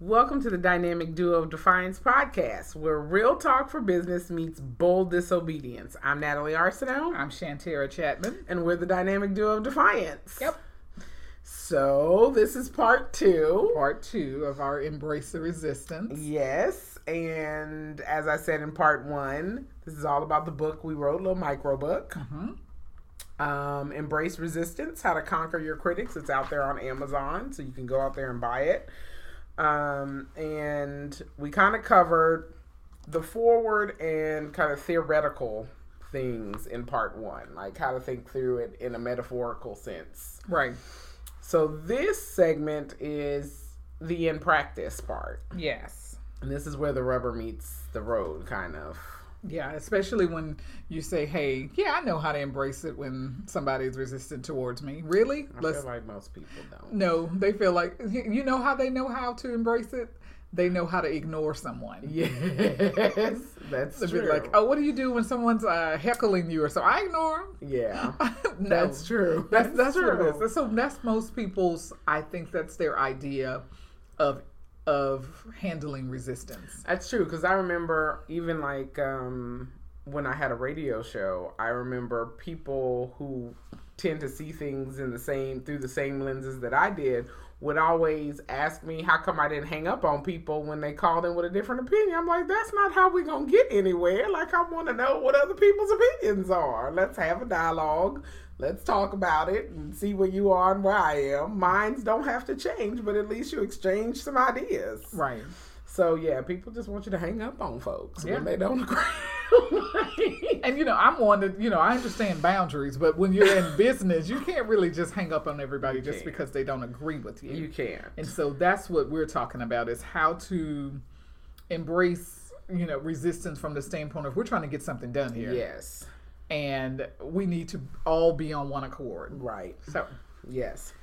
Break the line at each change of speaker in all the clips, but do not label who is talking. Welcome to the Dynamic Duo of Defiance podcast, where real talk for business meets bold disobedience. I'm Natalie Arsenault,
I'm Shantira Chapman.
and we're the Dynamic Duo of Defiance.
Yep.
So, this is part two.
Part two of our Embrace the Resistance.
Yes. And as I said in part one, this is all about the book we wrote, a little micro book.
Mhm.
Um, Embrace Resistance How to Conquer Your Critics. It's out there on Amazon, so you can go out there and buy it. Um, and we kind of covered the forward and kind of theoretical things in part one, like how to think through it in a metaphorical sense.
Right.
So this segment is the in practice part.
Yes.
And this is where the rubber meets the road, kind of.
Yeah, especially when you say, hey, yeah, I know how to embrace it when somebody's resistant towards me. Really?
I
Let's.
feel like most people don't.
No, they feel like, you know how they know how to embrace it? They know how to ignore someone.
Yes, that's
They'll
true.
be like, oh, what do you do when someone's uh, heckling you or so? I ignore
yeah,
them. no.
that's true.
That's that's what it is.
true.
That's- So that's most people's. I think that's their idea of of handling resistance.
That's true because I remember even like um, when I had a radio show, I remember people who tend to see things in the same through the same lenses that I did would always ask me how come I didn't hang up on people when they called in with a different opinion. I'm like, that's not how we're gonna get anywhere. Like I wanna know what other people's opinions are. Let's have a dialogue. Let's talk about it and see where you are and where I am. Minds don't have to change, but at least you exchange some ideas.
Right.
So yeah, people just want you to hang up on folks
Yeah.
when they don't agree.
And you know, I'm one that you know I understand boundaries, but when you're in business, you can't really just hang up on everybody just
can't.
because they don't agree with you.
you can't.
And so that's what we're talking about is how to embrace you know resistance from the standpoint of we're trying to get something done here,
Yes.
and we need to all be on one accord.
Right.
So
Yes.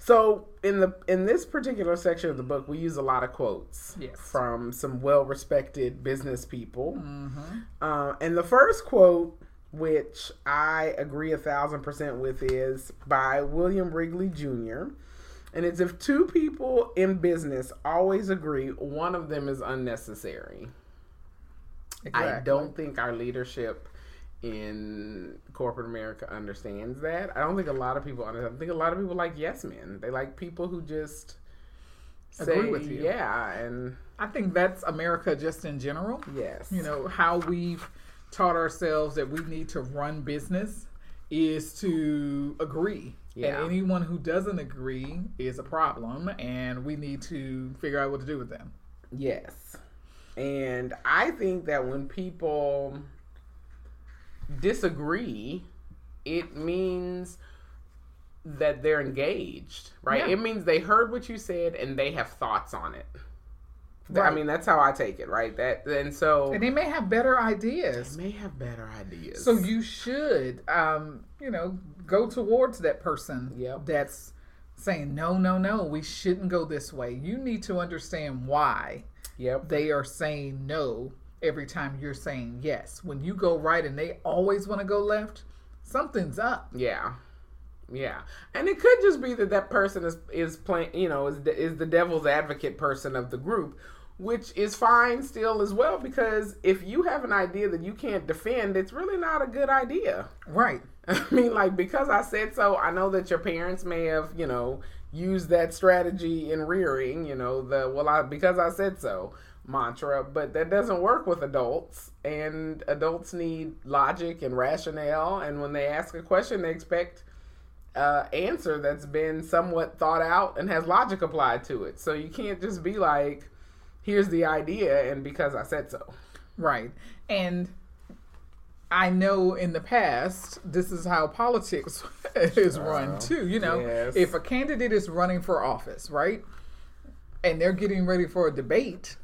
So in the in this particular section of the book, we use a lot of quotes
Yes.
from some well-respected business people.
Mm-hmm.
Uh, and the first quote, which I agree a thousand percent with, is by William Wrigley Jr. And it's if two people in business always agree, one of them is unnecessary. I
exactly.
don't think our leadership in corporate America understands that. I don't think a lot of people understand. I think a lot of people like yes men. They like people who just
Agree
say,
with you.
Yeah, and
I think that's America just in general.
yes,
You know, how we've taught ourselves that we need to run business is to agree.
Yeah.
And anyone who doesn't agree is a problem, and we need to figure out what to do with them.
yes. And I think that when people disagree, it means that they're engaged, right?
Yeah.
It means they heard what you said and they have thoughts on it. Th- I
Right.
mean, that's how I take it, right? That and so
And they may have better ideas.
may have better ideas.
So you should, um, you know, go towards that person
Yep.
that's saying, no, no, no, we shouldn't go this way. You need to understand why.
yep,
they are saying no every time you're saying yes. When you go right and they always want to go left, something's up.
yeah, yeah, and it could just be that that person is is playing, you know, is the, is the devil's advocate person of the group, which is fine still as well because if you have an idea that you can't defend, it's really not a good idea.
Right.
I mean, like because I said so, I know that your parents may have, you know, used that strategy in rearing, you know, the well, I because I said so mantra, but that doesn't work with adults, and adults need logic and rationale, and when they ask a question, they expect uh, answer that's been somewhat thought out and has logic applied to it. So you can't just be like, "Here's the idea," and because I said so.
Right. And I know in the past, this is how politics is run too. You know,
yes.
if a candidate is running for office, right, and they're getting ready for a debate,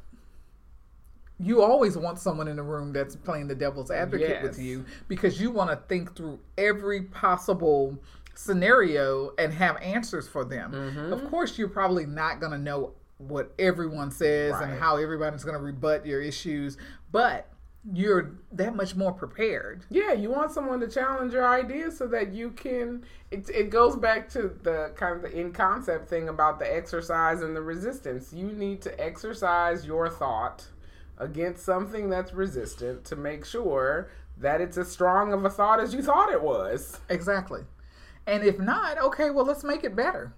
you always want someone in the room that's playing the devil's advocate with
Yes.
you because you want to think through every possible scenario and have answers for them.
Mm-hmm.
Of course, you're probably not going to know what everyone says
Right.
and how everybody's going to rebut your issues, but you're that much more prepared.
Yeah, you want someone to challenge your ideas so that you can. It, it goes back to the kind of the in concept thing about the exercise and the resistance. You need to exercise your thought against something that's resistant to make sure that it's as strong of a thought as you thought it was.
Exactly. And if not, okay, well let's make it better.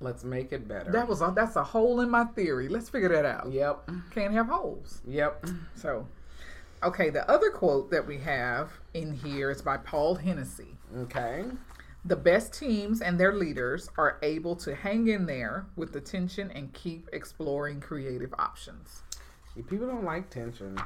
Let's make it better.
That was a, that's a hole in my theory. Let's figure that out.
Yep.
Can't have holes.
Yep.
So, okay, the other quote that we have in here is by Paul Hennessy.
Okay.
The best teams and their leaders are able to hang in there with the tension and keep exploring creative options.
See, People don't like tension.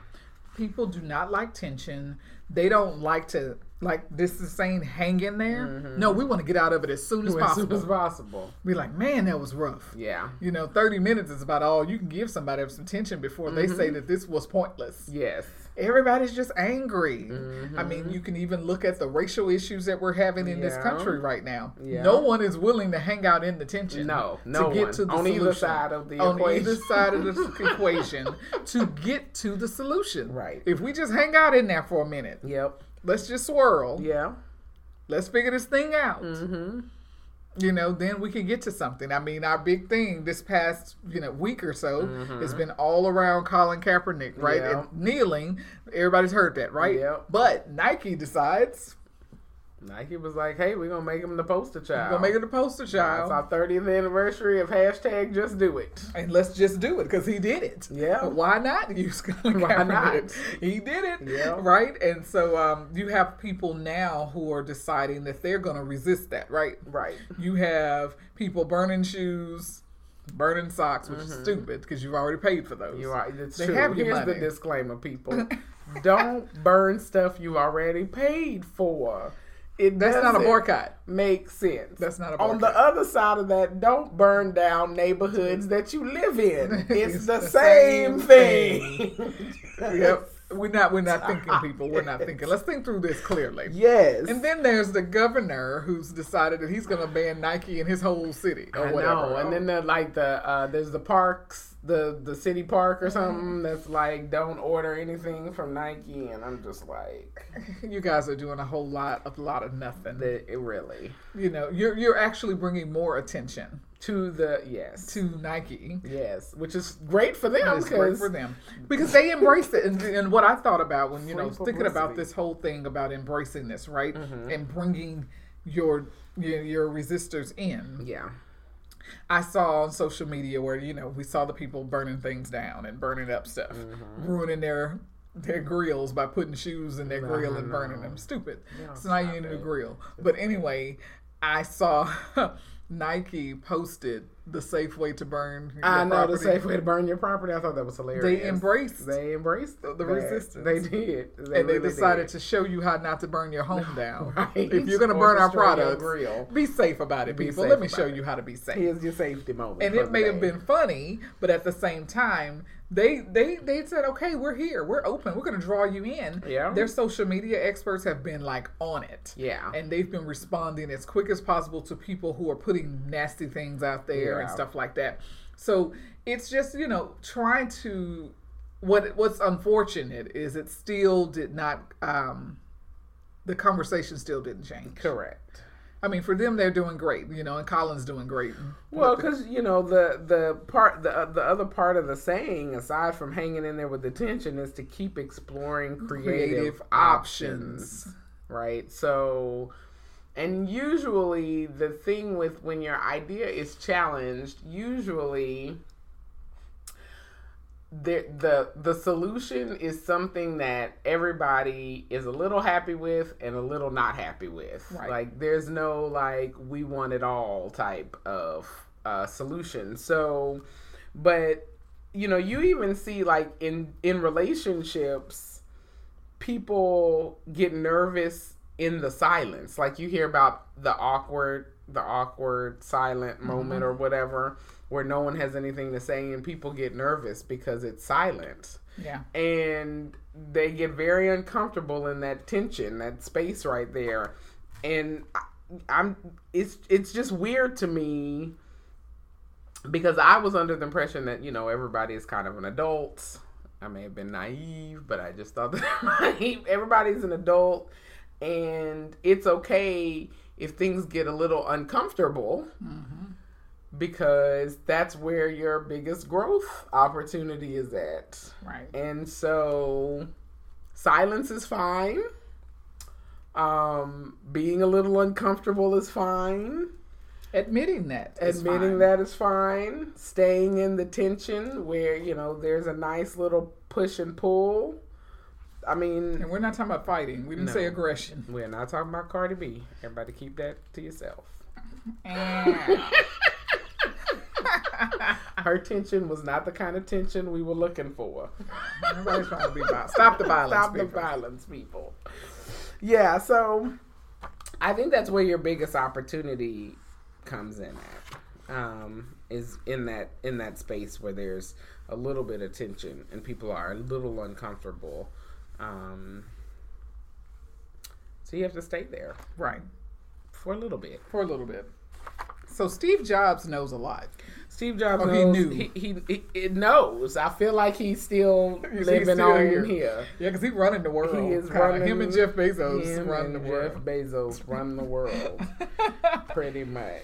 People do not like tension. They don't like to like this is saying hang in there. No, we want to get out of it as soon as
Mm-hmm. As soon
possible.
as possible.
We're like, man, that was rough.
Yeah.
You know, 30 minutes is about all you can give somebody of some tension before they say
Mm-hmm.
that this was pointless.
Yes.
Everybody's just angry. I
Mm-hmm.
mean, you can even look at the racial issues that we're having in this
Yeah.
country right now.
Yeah.
No one is willing to hang out in the tension.
No, no
to get
one.
to the
On either
solution.
side of the
on
equation.
either side of the equation to get to the solution.
Right.
If we just hang out in there for a minute,
Yep.
let's just swirl.
Yeah.
Let's figure this thing out.
Mm-hmm.
You know, then we can get to something. I mean, our big thing this past you know week or so
Mm-hmm.
has been all around Colin Kaepernick, right?
Yeah.
And kneeling. Everybody's heard that, right?
Yep.
But Nike decides
Nike was like, "Hey, we're gonna make him the poster
we're
child.
gonna make it a poster
It's
child,
our 30th anniversary of hashtag Just Do It."
and let's just do it because he did it.
Yeah.
But why not use Colin
Why
Kaepernick?
not?
He did it.
Yeah.
Right. And so um, you have people now who are deciding that they're gonna resist that, right?
Right.
you have people burning shoes, burning socks, which is stupid because you've already paid for those.
Mm-hmm. You are. It's
They
true.
have your
Here's the
money.
disclaimer, people: don't burn stuff you already paid for. It
That's not a
doesn't
boycott.
Make sense.
That's not a
On the
boycott.
other side of that, don't burn down neighborhoods that you live in. It's, the,
the
same,
same
thing.
Yep. We're not. We're not thinking, people. We're not thinking. Let's think through this clearly.
Yes.
And then there's the governor who's decided that he's going to ban Nike in his whole city or
I
whatever.
know. And then the like the uh, there's the parks, the the city park or
Mm-hmm.
something that's like don't order anything from Nike, and I'm just like,
you guys are doing a whole lot of lot of nothing.
the, it really
You know, you're you're actually bringing more attention
to the yes,
to Nike
yes, which is great for them
It's great for
because
them because they embraced it. And, and what I thought about when you know
Free
thinking about
publicity. Mm-hmm.
this whole thing about embracing this right and bringing your your, your resistors in,
yeah,
I saw on social media where you know we saw the people burning things down and burning up stuff,
Mm-hmm.
ruining their their grills by putting shoes in their grill and burning them. Stupid. So now you need a grill. But anyway, I saw Nike posted the safe way to burn. Your
I know the
property.
safe way to burn your property. I thought that was hilarious.
They embraced
they embraced the,
resistance.
They did, they
and they
really
decided
did.
to show you how not to burn your home down.
Right.
If you're going to
Or
burn our
destroy your
products,
grill.
be safe about it, people.
safe
Let me
about
show
it.
you how to be safe.
Here's your safety moment,
and
for
it
the
may have
day.
been funny, but at the same time, they they they said, "Okay, we're here. We're open. We're going to draw you in."
Yeah.
Their social media experts have been like on it.
Yeah.
And they've been responding as quick as possible to people who are putting nasty things out there and
Yeah.
stuff like that. So, it's just, you know, trying to what what's unfortunate is it still did not um the conversation still didn't change.
correct.
I mean, for them, they're doing great, you know, and Colin's doing great.
Well, because you know the the part the uh, the other part of the saying, aside from hanging in there with the tension, is to keep exploring creative,
Creative
options,
options.
right? So, and usually the thing with when your idea is challenged, usually the the the solution is something that everybody is a little happy with and a little not happy with.
Right.
Like there's no like we want it all type of uh, solution. So, but you know, you even see like in in relationships, people get nervous in the silence. Like you hear about the awkward, the awkward silent moment or whatever, where no one has anything to say and people get nervous because it's silent.
Yeah.
And they get very uncomfortable in that tension, that space right there. And I, I'm it's it's just weird to me because I was under the impression that, you know, everybody is kind of an adult. I may have been naive, but I just thought that everybody's an adult and it's okay if things get a little uncomfortable mm-hmm. because that's where your biggest growth opportunity is at.
Right.
And so silence is fine. Um, being a little uncomfortable is fine.
Admitting that.
Admitting is that is fine. Staying in the tension where, you know, there's a nice little push and pull. I mean,
and we're not talking about fighting. We didn't no, say aggression.
We're not talking about Cardi B. Everybody keep that to yourself. Her tension was not the kind of tension we were looking for.
Everybody's trying to be violent. Stop the violence.
Stop
people.
the violence, people. Yeah, so I think that's where your biggest opportunity comes in at. Um, is in that in that space where there's a little bit of tension and people are a little uncomfortable. Um, so you have to stay there,
right,
for a little bit.
For a little bit. So Steve Jobs knows a lot.
Steve Jobs oh, knows. He knew. He, he, he, knows. I feel like he's still he's living still on here. here.
Yeah, because he's running the world.
He is running.
Like him and Jeff Bezos run the world.
Jeff Bezos run the world, pretty much.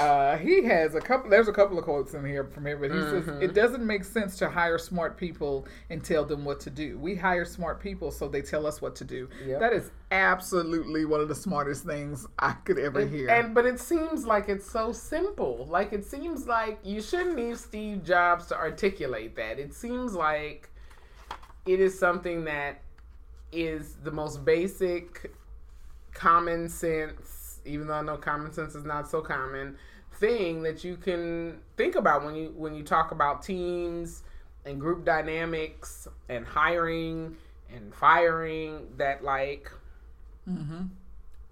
Uh, he has a couple. There's a couple of quotes in here from him, but he mm-hmm. says it doesn't make sense to hire smart people and tell them what to do. We hire smart people so they tell us what to do. Yep. That is absolutely one of the smartest things I could ever
and,
hear.
And but it seems like it's so simple. Like it seems like you shouldn't need Steve Jobs to articulate that. It seems like it is something that is the most basic common sense, even though I know common sense is not so common, thing that you can think about when you when you talk about teams and group dynamics and hiring and firing that like mm-hmm.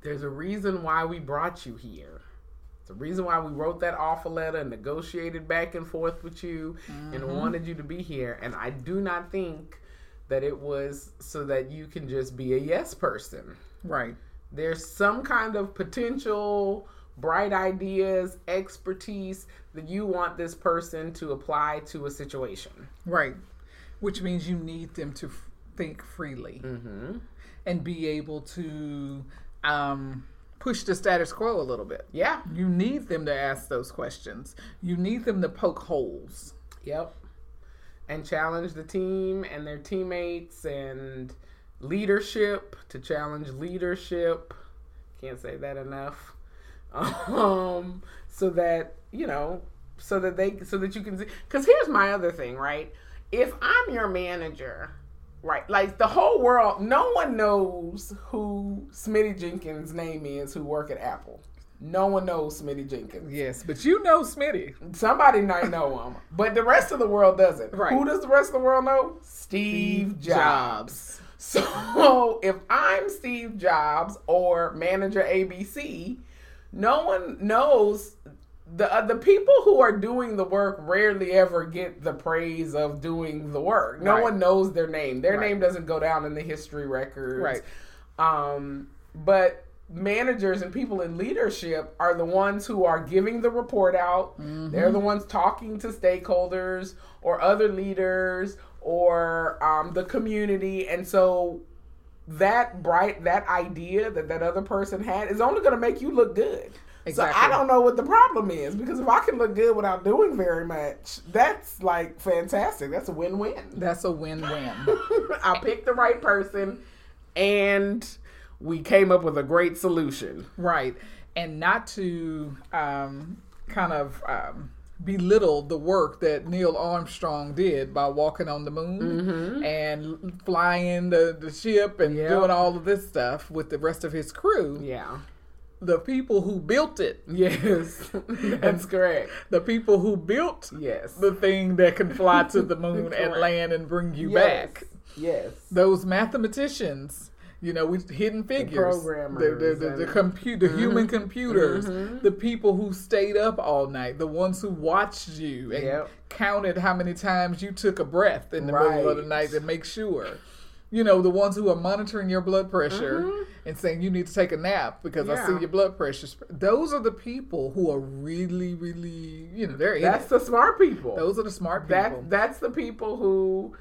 there's a reason why we brought you here the reason why we wrote that offer letter and negotiated back and forth with you mm-hmm. and wanted you to be here. And I do not think that it was so that you can just be a yes person.
Right.
There's some kind of potential, bright ideas, expertise that you want this person to apply to a situation.
Right. Which means you need them to f- think freely mm-hmm. and be able to. Um, push the status quo a little bit.
Yeah.
You need them to ask those questions. You need them to poke holes.
Yep. And challenge the team and their teammates and leadership to challenge leadership. Can't say that enough. Um, so that, you know, so that they, so that you can see. Because here's my other thing, right? If I'm your manager, Right. Like the whole world, no one knows who Smitty Jenkins' name is who work at Apple. No one knows Smitty Jenkins.
Yes, but you know Smitty.
Somebody might know him, but the rest of the world doesn't. Right. Who does the rest of the world know? Steve, Steve Jobs. Jobs. So if I'm Steve Jobs or manager ABC, no one knows the uh, the people who are doing the work rarely ever get the praise of doing the work. No right. one knows their name. Their right. name doesn't go down in the history records.
Right.
Um, but managers and people in leadership are the ones who are giving the report out. Mm-hmm. They're the ones talking to stakeholders or other leaders or um, the community, and so that bright that idea that that other person had is only going to make you look good. Exactly. So I don't know what the problem is because if I can look good without doing very much, that's like fantastic. That's a win-win.
That's a win-win.
I picked the right person and we came up with a great solution.
Right. And not to um, kind of um, belittle the work that Neil Armstrong did by walking on the moon mm-hmm. and flying the, the ship and yep. doing all of this stuff with the rest of his crew.
Yeah
the people who built it.
Yes, that's correct.
The people who built
yes
the thing that can fly to the moon and land and bring you
yes.
back.
Yes,
those mathematicians. You know, with hidden figures,
the programmers,
the, the, the, the computer, mm-hmm. human computers, mm-hmm. the people who stayed up all night, the ones who watched you and yep. counted how many times you took a breath in the right. middle of the night to make sure you know, the ones who are monitoring your blood pressure mm-hmm. and saying you need to take a nap because yeah. I see your blood pressure. Those are the people who are really, really, you know, they're
that's the smart people.
Those are the smart people.
That, that's the people who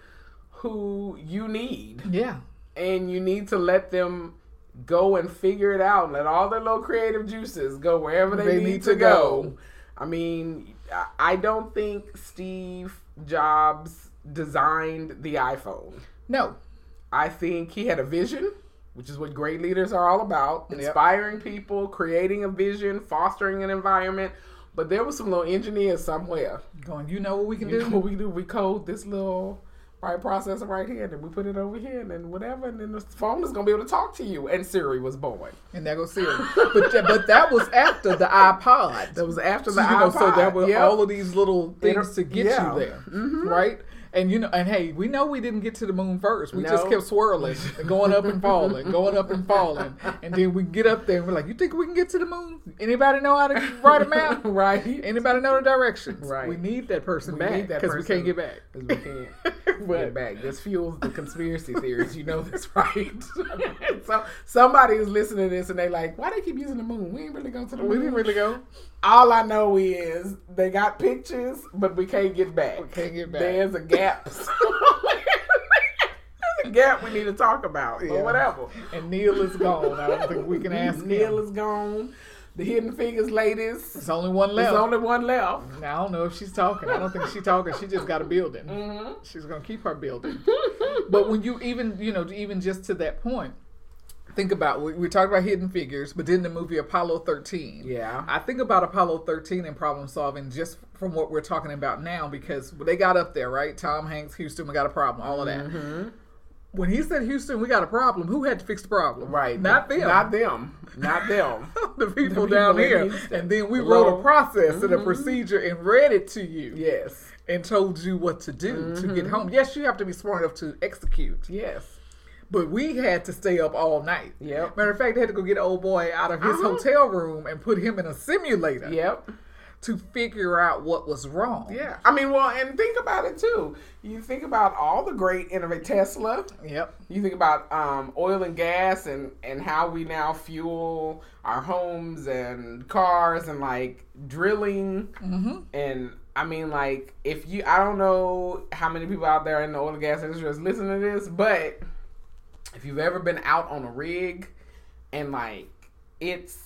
who you need.
Yeah.
And you need to let them go and figure it out. Let all their little creative juices go wherever they, they need, need, to, go. go. I mean, I don't think Steve Jobs designed the iPhone.
No.
I think he had a vision, which is what great leaders are all about inspiring yep. people, creating a vision, fostering an environment. But there was some little engineer somewhere
going, you know what we can
you
do?
what we do? We code this little right processor right here, and then we put it over here, and then whatever, and then the phone is gonna be able to talk to you. And Siri was born.
And there goes Siri. but but that was after the iPod.
That was after the so, iPod. Know, so
there were yep. all of these little things it, to get yeah. you there, mm-hmm. right? And you know, and hey, we know we didn't get to the moon first. We no. just kept swirling, going up and falling, going up and falling, and then we get up there and we're like, "You think we can get to the moon? Anybody know how to ride a map?
right?
Anybody know the directions?
Right?
We need that person we back because we can't get back
because we can't get back. This fuels the conspiracy theories. You know this, right? so somebody is listening to this and they like, "Why they keep using the moon? We ain't really go to the moon.
We didn't really go."
All I know is they got pictures, but we can't get back.
We can't get back.
There's a gap. There's a gap we need to talk about, yeah. or whatever.
And Neil is gone. I don't think we can ask.
Neil
him.
is gone. The Hidden Figures ladies.
There's only one left.
There's only one left.
I don't know if she's talking. I don't think she's talking. She just got a building. Mm-hmm. She's gonna keep her building. but when you even you know even just to that point think about we, we talked about hidden figures but then the movie apollo 13
yeah
i think about apollo 13 and problem solving just from what we're talking about now because they got up there right tom hanks houston we got a problem all of that mm-hmm. when he said houston we got a problem who had to fix the problem
right
not them
not them not them
the, people the, people down here and then we Hello. wrote a process mm-hmm. and a procedure and read it to you
yes
and told you what to do mm-hmm. to get home yes you have to be smart enough to execute
yes
but we had to stay up all night.
Yep.
Matter of fact, they had to go get old boy out of his uh-huh. hotel room and put him in a simulator.
Yep.
To figure out what was wrong.
Yeah. I mean, well, and think about it too. You think about all the great innovate Tesla.
Yep.
You think about um, oil and gas and and how we now fuel our homes and cars and like drilling mm-hmm. and I mean, like if you, I don't know how many people out there in the oil and gas industry is listening to this, but if you've ever been out on a rig and like it's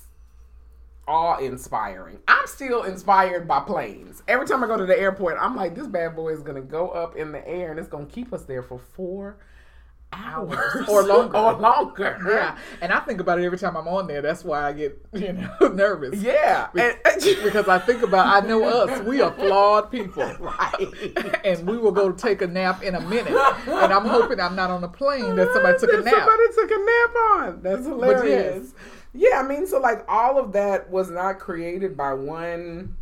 awe inspiring. I'm still inspired by planes. Every time I go to the airport, I'm like, this bad boy is gonna go up in the air and it's gonna keep us there for four hours
or longer
or longer
yeah and i think about it every time i'm on there that's why i get you know nervous
yeah
Be- because i think about i know us we are flawed people
right
and we will go take a nap in a minute and i'm hoping i'm not on a plane that somebody took
that
a nap
somebody took a nap on that's hilarious yes. yeah i mean so like all of that was not created by one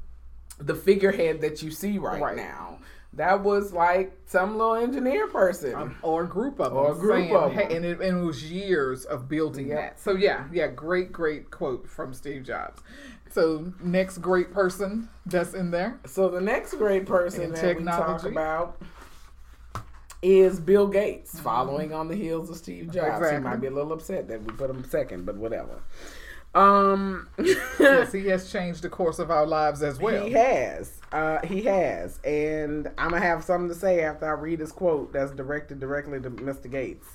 the figurehead that you see right. right. now that was like some little engineer person um,
or a group of them,
or a group saying, of
hey, and, it, and, it, was years of building yeah. that. So yeah, yeah, great, great quote from Steve Jobs. So next great person that's in there.
So the next great person in that technology. we talk about is Bill Gates, mm-hmm. following on the heels of Steve Jobs. Exactly. He might be a little upset that we put him second, but whatever. Um,
yes, he has changed the course of our lives as well.
He has. Uh, he has. And I'm going to have something to say after I read his quote that's directed directly to Mr. Gates.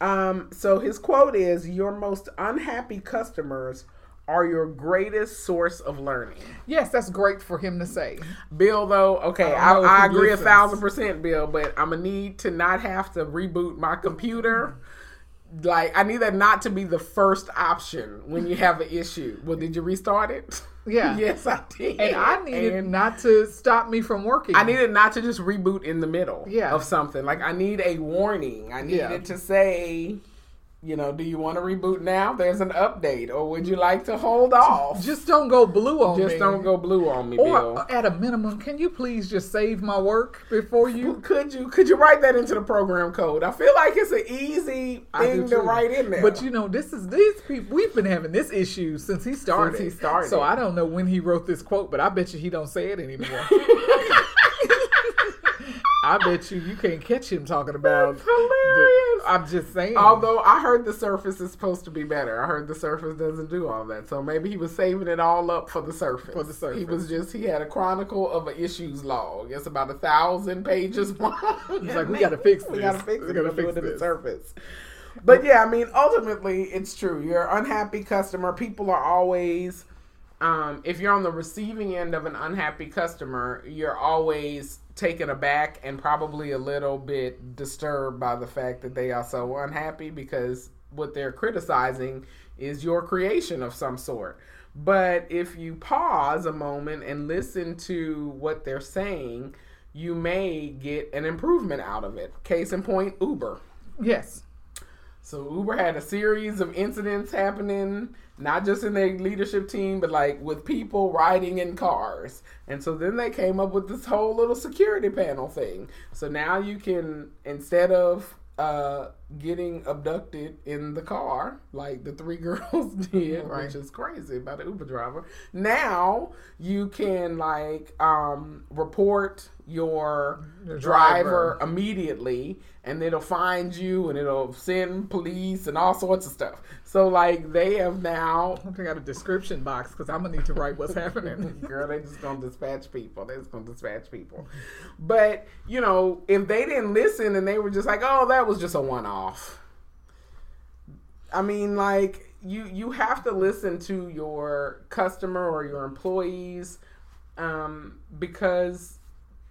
Um, so his quote is Your most unhappy customers are your greatest source of learning.
Yes, that's great for him to say.
Bill, though, okay, I, I, I agree listens. a thousand percent, Bill, but I'm going to need to not have to reboot my computer like I need that not to be the first option when you have an issue. Well, did you restart it?
Yeah.
yes, I did.
And I needed and not to stop me from working.
I needed not to just reboot in the middle
yeah.
of something. Like I need a warning. I needed yeah. to say you know, do you want to reboot now? There's an update, or would you like to hold off?
Just don't go blue on
just me. Just don't go blue on me, or, uh, Bill.
At a minimum, can you please just save my work before you?
Could you? Could you write that into the program code? I feel like it's an easy thing to write in there.
But you know, this is these people. We've been having this issue since he started.
Since he started.
So I don't know when he wrote this quote, but I bet you he don't say it anymore. I bet you you can't catch him talking about.
That's hilarious.
the- I'm just saying.
Although I heard the surface is supposed to be better. I heard the surface doesn't do all that. So maybe he was saving it all up for the surface.
For the surface.
He was just he had a chronicle of an issues log. It's about a thousand pages long. It's
like, we gotta fix
We
this.
gotta fix it.
We
We
gotta
gotta
fix
it in the
this.
surface. But yeah, I mean ultimately it's true. You're an unhappy customer. People are always um, if you're on the receiving end of an unhappy customer, you're always taken aback and probably a little bit disturbed by the fact that they are so unhappy because what they're criticizing is your creation of some sort. But if you pause a moment and listen to what they're saying, you may get an improvement out of it. Case in point, Uber.
yes.
So Uber had a series of incidents happening, not just in their leadership team, but like with people riding in cars. And so then they came up with this whole little security panel thing. So now you can instead of uh, getting abducted in the car, like the three girls did, which is crazy about an Uber driver. Now you can like um, report your
Your driver.
driver immediately and it'll find you and it'll send police and all sorts of stuff. So like they have now
I got a description box because I'm gonna need to write what's happening.
girl they just gonna dispatch people. They just gonna dispatch people. But you know, if they didn't listen and they were just like, Oh, that was just a one off I mean like you you have to listen to your customer or your employees um, because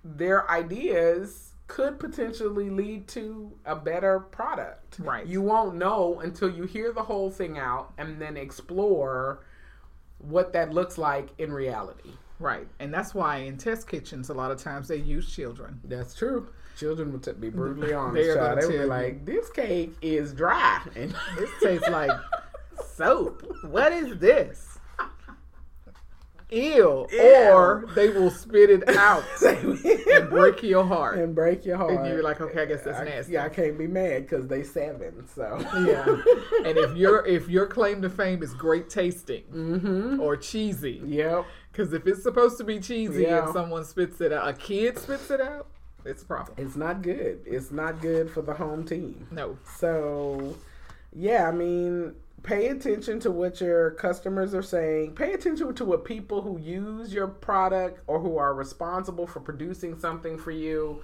their ideas could potentially lead to a better product.
Right.
You won't know until you hear the whole thing out and then explore what that looks like in reality.
right, and that's why in test kitchens a lot of times they use children.
That's true. Children would t- be brutally honest.
They are
child.
gonna
They would be
tell you.
like, "This cake is dry." And
This tastes like soap. What is this? Ew. Or they will spit it out and break your heart.
and break your heart.
And you're like, okay, I guess that's
I-
nasty.
Yeah, I can't be mad because they seven. So
Yeah. and if your if your claim to fame is great tasting or cheesy,
yep.
because if it's supposed to be cheesy
Yeah.
and someone spits it out, a kid spits it out, it's a problem.
It's not good. It's not good for the home team.
No.
So, yeah, I mean, pay attention to what your customers are saying. Pay attention to what people who use your product or who are responsible for producing something for you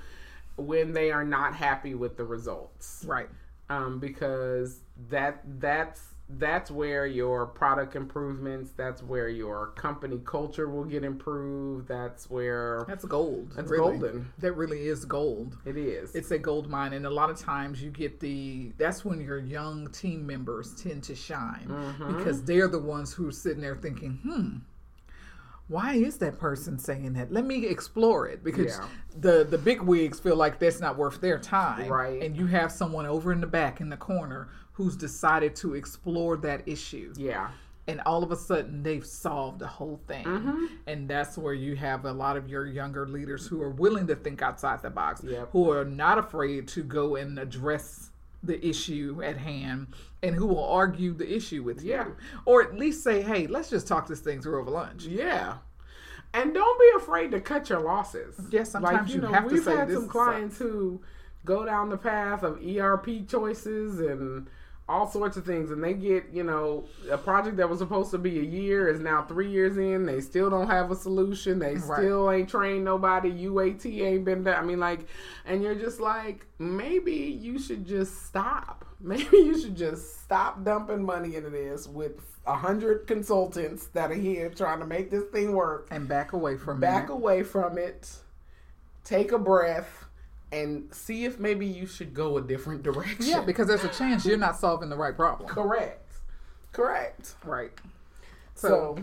when they are not happy with the results
Right.
um, because that that's that's where your product improvements that's where your company culture will get improved that's where
That's gold. That's
golden.
That really is gold.
it is
It's a gold mine, and a lot of times you get the. That's when your young team members tend to shine
Mm-hmm.
because they're the ones who are sitting there thinking, "Hmm, why is that person saying that? Let me explore it." Because
Yeah.
the the big wigs feel like that's not worth their time,
Right.
And you have someone over in the back in the corner who's decided to explore that issue
yeah
and all of a sudden they've solved the whole thing and that's where you have a lot of your younger leaders who are willing to think outside the box
Yep.
who are not afraid to go and address the issue at hand and who will argue the issue with
Yeah.
you or at least say hey let's just talk this thing through over lunch
Yeah. And don't be afraid to cut your losses.
Yeah, sometimes you have to
we've
say,
had
"This
some clients who go down the path of ERP choices and all sorts of things and they get, you know, a project that was supposed to be a year is now three years in. They still don't have a solution. They
Right.
still ain't trained nobody. UAT ain't been done. I mean like and you're just like, maybe you should just stop. Maybe you should just stop dumping money into this with a hundred consultants that are here trying to make this thing work
and back away from
back
that
away from it, take a breath, and see if maybe you should go a different direction.
yeah because there's a chance you're not solving the right problem
correct, correct.
right
So,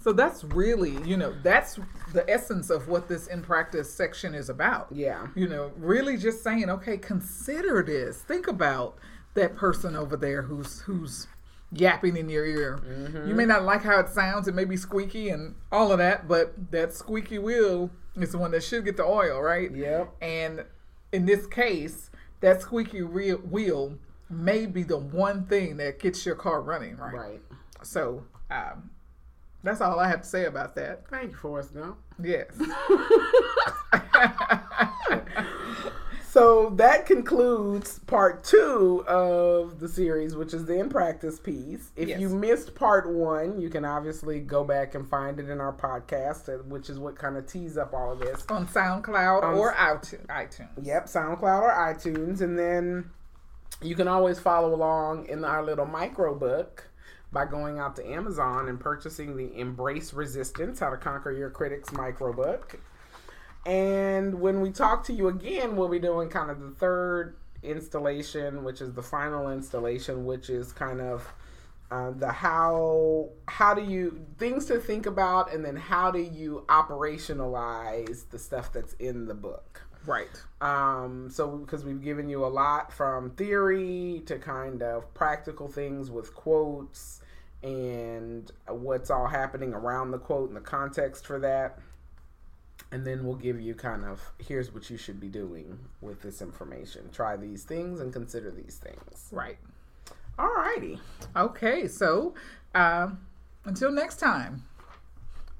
so that's really you know that's the essence of what this in practice section is about
yeah,
you know, really just saying, okay, consider this. Think about that person over there who's who's yapping in your ear. You
Mm-hmm.
may not like how it sounds, it may be squeaky and all of that, but that squeaky wheel is the one that should get the oil, right?
Yep.
And in this case, that squeaky re- wheel may be the one thing that gets your car running, right?
right.
So, um, that's all I have to say about that.
Thank you for us now.
Yes.
so that concludes part two of the series, which is the in practice piece. If
Yes.
you missed part one, you can obviously go back and find it in our podcast, uh, which is what kind of tees up all of this.
on SoundCloud
On
or iTunes. iTunes.
Yep, SoundCloud or iTunes, and then you can always follow along in our little micro book by going out to Amazon and purchasing the Embrace Resistance: How to Conquer Your Critics micro book. And when we talk to you again, we'll be doing kind of the third installation, which is the final installation, which is kind of uh, the how how do you things to think about, and then how do you operationalize the stuff that's in the book.
Right.
Um, so because we've given you a lot from theory to kind of practical things with quotes and what's all happening around the quote and the context for that. And then we'll give you kind of here's what you should be doing with this information. Try these things and consider these things.
Right.
Alrighty.
Okay, so uh, until next time,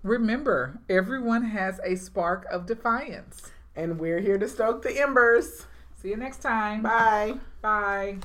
remember everyone has a spark of defiance.
And we're here to stoke the embers.
See you next time.
Bye.
Bye.